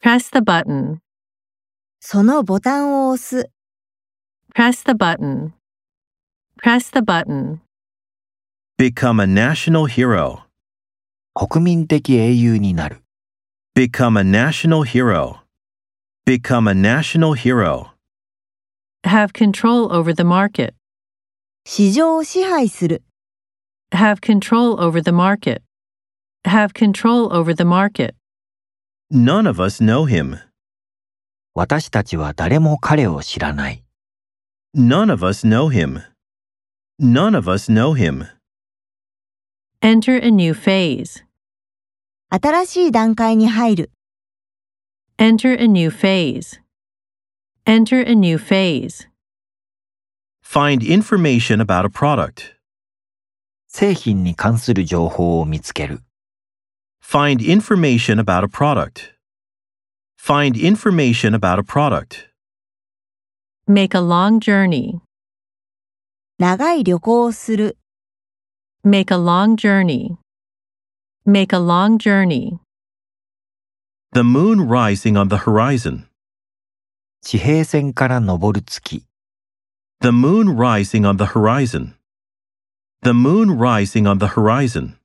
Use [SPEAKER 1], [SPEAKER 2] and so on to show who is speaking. [SPEAKER 1] Press the button.
[SPEAKER 2] そのボタンを押す。
[SPEAKER 1] Press the button. Press the button.
[SPEAKER 3] Become a national hero.
[SPEAKER 4] 国民的英雄になる。
[SPEAKER 3] Become a national hero. Become a national hero.
[SPEAKER 1] Have control over the market.
[SPEAKER 2] 市場を支配する。
[SPEAKER 1] Have control over the market. Have control over the market.
[SPEAKER 3] None of us know him.
[SPEAKER 4] 私たちは誰も彼を知らない。
[SPEAKER 3] None of us know him. None of us know him.
[SPEAKER 1] Enter a new phase.
[SPEAKER 2] 新しい段階に入る。
[SPEAKER 1] Enter a new phase. Enter a new phase.
[SPEAKER 3] Find information about a product.
[SPEAKER 4] 製品に関する情報を見つける。
[SPEAKER 3] Find information about a product. Find information about a product.
[SPEAKER 1] Make a long journey.
[SPEAKER 2] 長い旅行をする。
[SPEAKER 1] Make a long journey. Make a long journey.
[SPEAKER 3] The moon rising on the horizon.
[SPEAKER 4] 地平線から昇る月。
[SPEAKER 3] The moon rising on the horizon. The moon rising on the horizon.